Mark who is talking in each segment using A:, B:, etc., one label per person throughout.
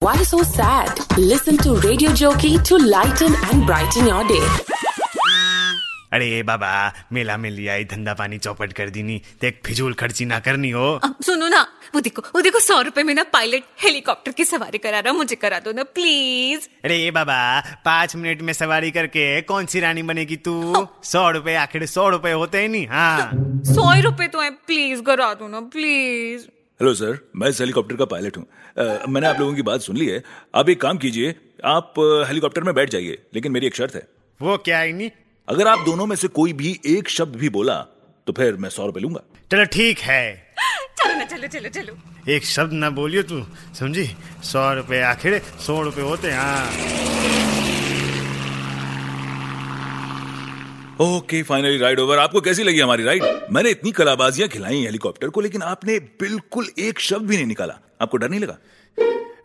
A: Why so sad? Listen to Radio Jockey to lighten and brighten your day.
B: अरे बाबा मेला में लिया ही धंधा पानी चौपट कर दीनी देख फिजूल खर्ची ना करनी हो
C: अब सुनो ना वो देखो वो देखो सौ रुपए में ना पायलट हेलीकॉप्टर की सवारी करा रहा मुझे करा दो ना प्लीज
B: अरे बाबा पाँच मिनट में सवारी करके कौन सी रानी बनेगी तू सौ रुपए आखिर सौ रुपए होते ही नहीं हाँ
C: सौ रुपए तो है प्लीज करा दो ना प्लीज
D: हेलो सर मैं इस हेलीकॉप्टर का पायलट हूँ अ, मैंने आप लोगों की बात सुन ली है आप एक काम कीजिए आप अ, हेलीकॉप्टर में बैठ जाइए लेकिन मेरी एक शर्त है
B: वो क्या है नहीं
D: अगर आप दोनों में से कोई भी एक शब्द भी बोला तो फिर मैं सौ रुपए लूंगा
B: चलो ठीक है
C: चलो ना चलो चलो चलो
B: एक शब्द ना बोलियो तू समझी सौ रुपए आखिर सौ रुपए होते हैं, हाँ
D: ओके फाइनली राइड ओवर आपको कैसी लगी हमारी राइड मैंने इतनी कलाबाजियां खिलाई हैं हेलीकॉप्टर को लेकिन आपने बिल्कुल एक शब्द भी नहीं निकाला आपको डर नहीं लगा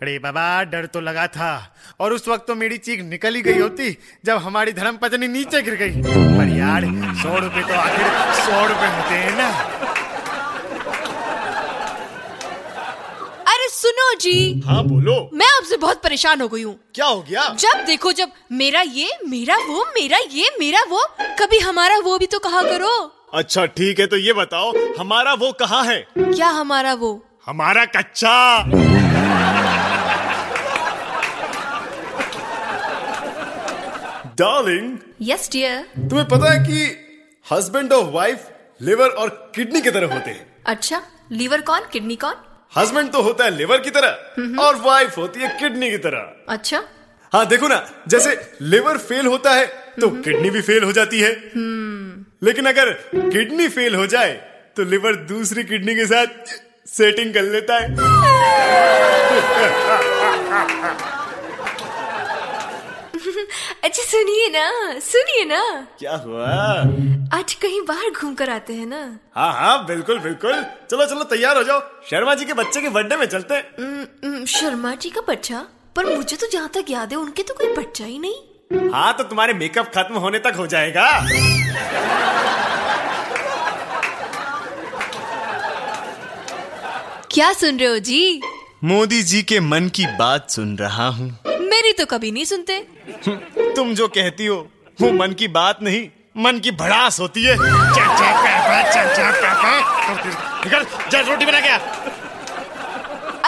B: अरे बाबा डर तो लगा था और उस वक्त तो मेरी चीख निकल ही गई होती जब हमारी धर्म पत्नी नीचे गिर गई पर यार सौ रुपए तो आखिर सौ रुपए होते हैं ना
E: अरे सुनो जी
F: हाँ बोलो
E: मैं आपसे बहुत परेशान हो गई हूँ
F: क्या हो गया
E: जब देखो जब मेरा ये मेरा वो मेरा ये मेरा वो कभी हमारा वो भी तो कहा करो
F: अच्छा ठीक है तो ये बताओ हमारा वो कहाँ है
E: क्या हमारा वो
F: हमारा कच्चा डार्लिंग
E: यस डियर
F: तुम्हें पता है कि हस्बैंड और वाइफ लिवर और किडनी की तरह होते हैं
E: अच्छा लीवर कौन किडनी कौन
F: हस्बैंड तो होता है लिवर की तरह और वाइफ होती है किडनी की तरह
E: अच्छा
F: हाँ देखो ना जैसे लिवर फेल होता है तो किडनी भी फेल हो जाती है लेकिन अगर किडनी फेल हो जाए तो लिवर दूसरी किडनी के साथ सेटिंग कर लेता है
E: अच्छा सुनिए ना सुनिए ना
F: क्या हुआ
E: आज कहीं बाहर घूम कर आते हैं ना
F: हाँ हाँ बिल्कुल बिल्कुल चलो चलो तैयार हो जाओ शर्मा जी के बच्चे के बर्थडे में चलते हैं
E: उम, उम, शर्मा जी का बच्चा पर मुझे तो जहाँ तक याद है उनके तो कोई बच्चा ही नहीं
F: हाँ तो तुम्हारे मेकअप खत्म होने तक हो जाएगा
E: क्या सुन रहे हो जी
B: मोदी जी के मन की बात सुन रहा हूँ
E: मेरी तो कभी नहीं सुनते
B: तुम जो कहती हो वो मन की बात नहीं मन की भड़ास होती है चा, चा, पा, पा, चा, चा, पा, पा। निकल जा रोटी बना क्या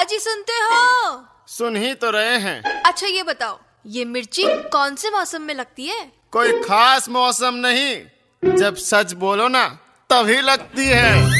E: अजी सुनते हो
B: सुन ही तो रहे हैं
E: अच्छा ये बताओ ये मिर्ची कौन से मौसम में लगती है
B: कोई खास मौसम नहीं जब सच बोलो ना तभी लगती है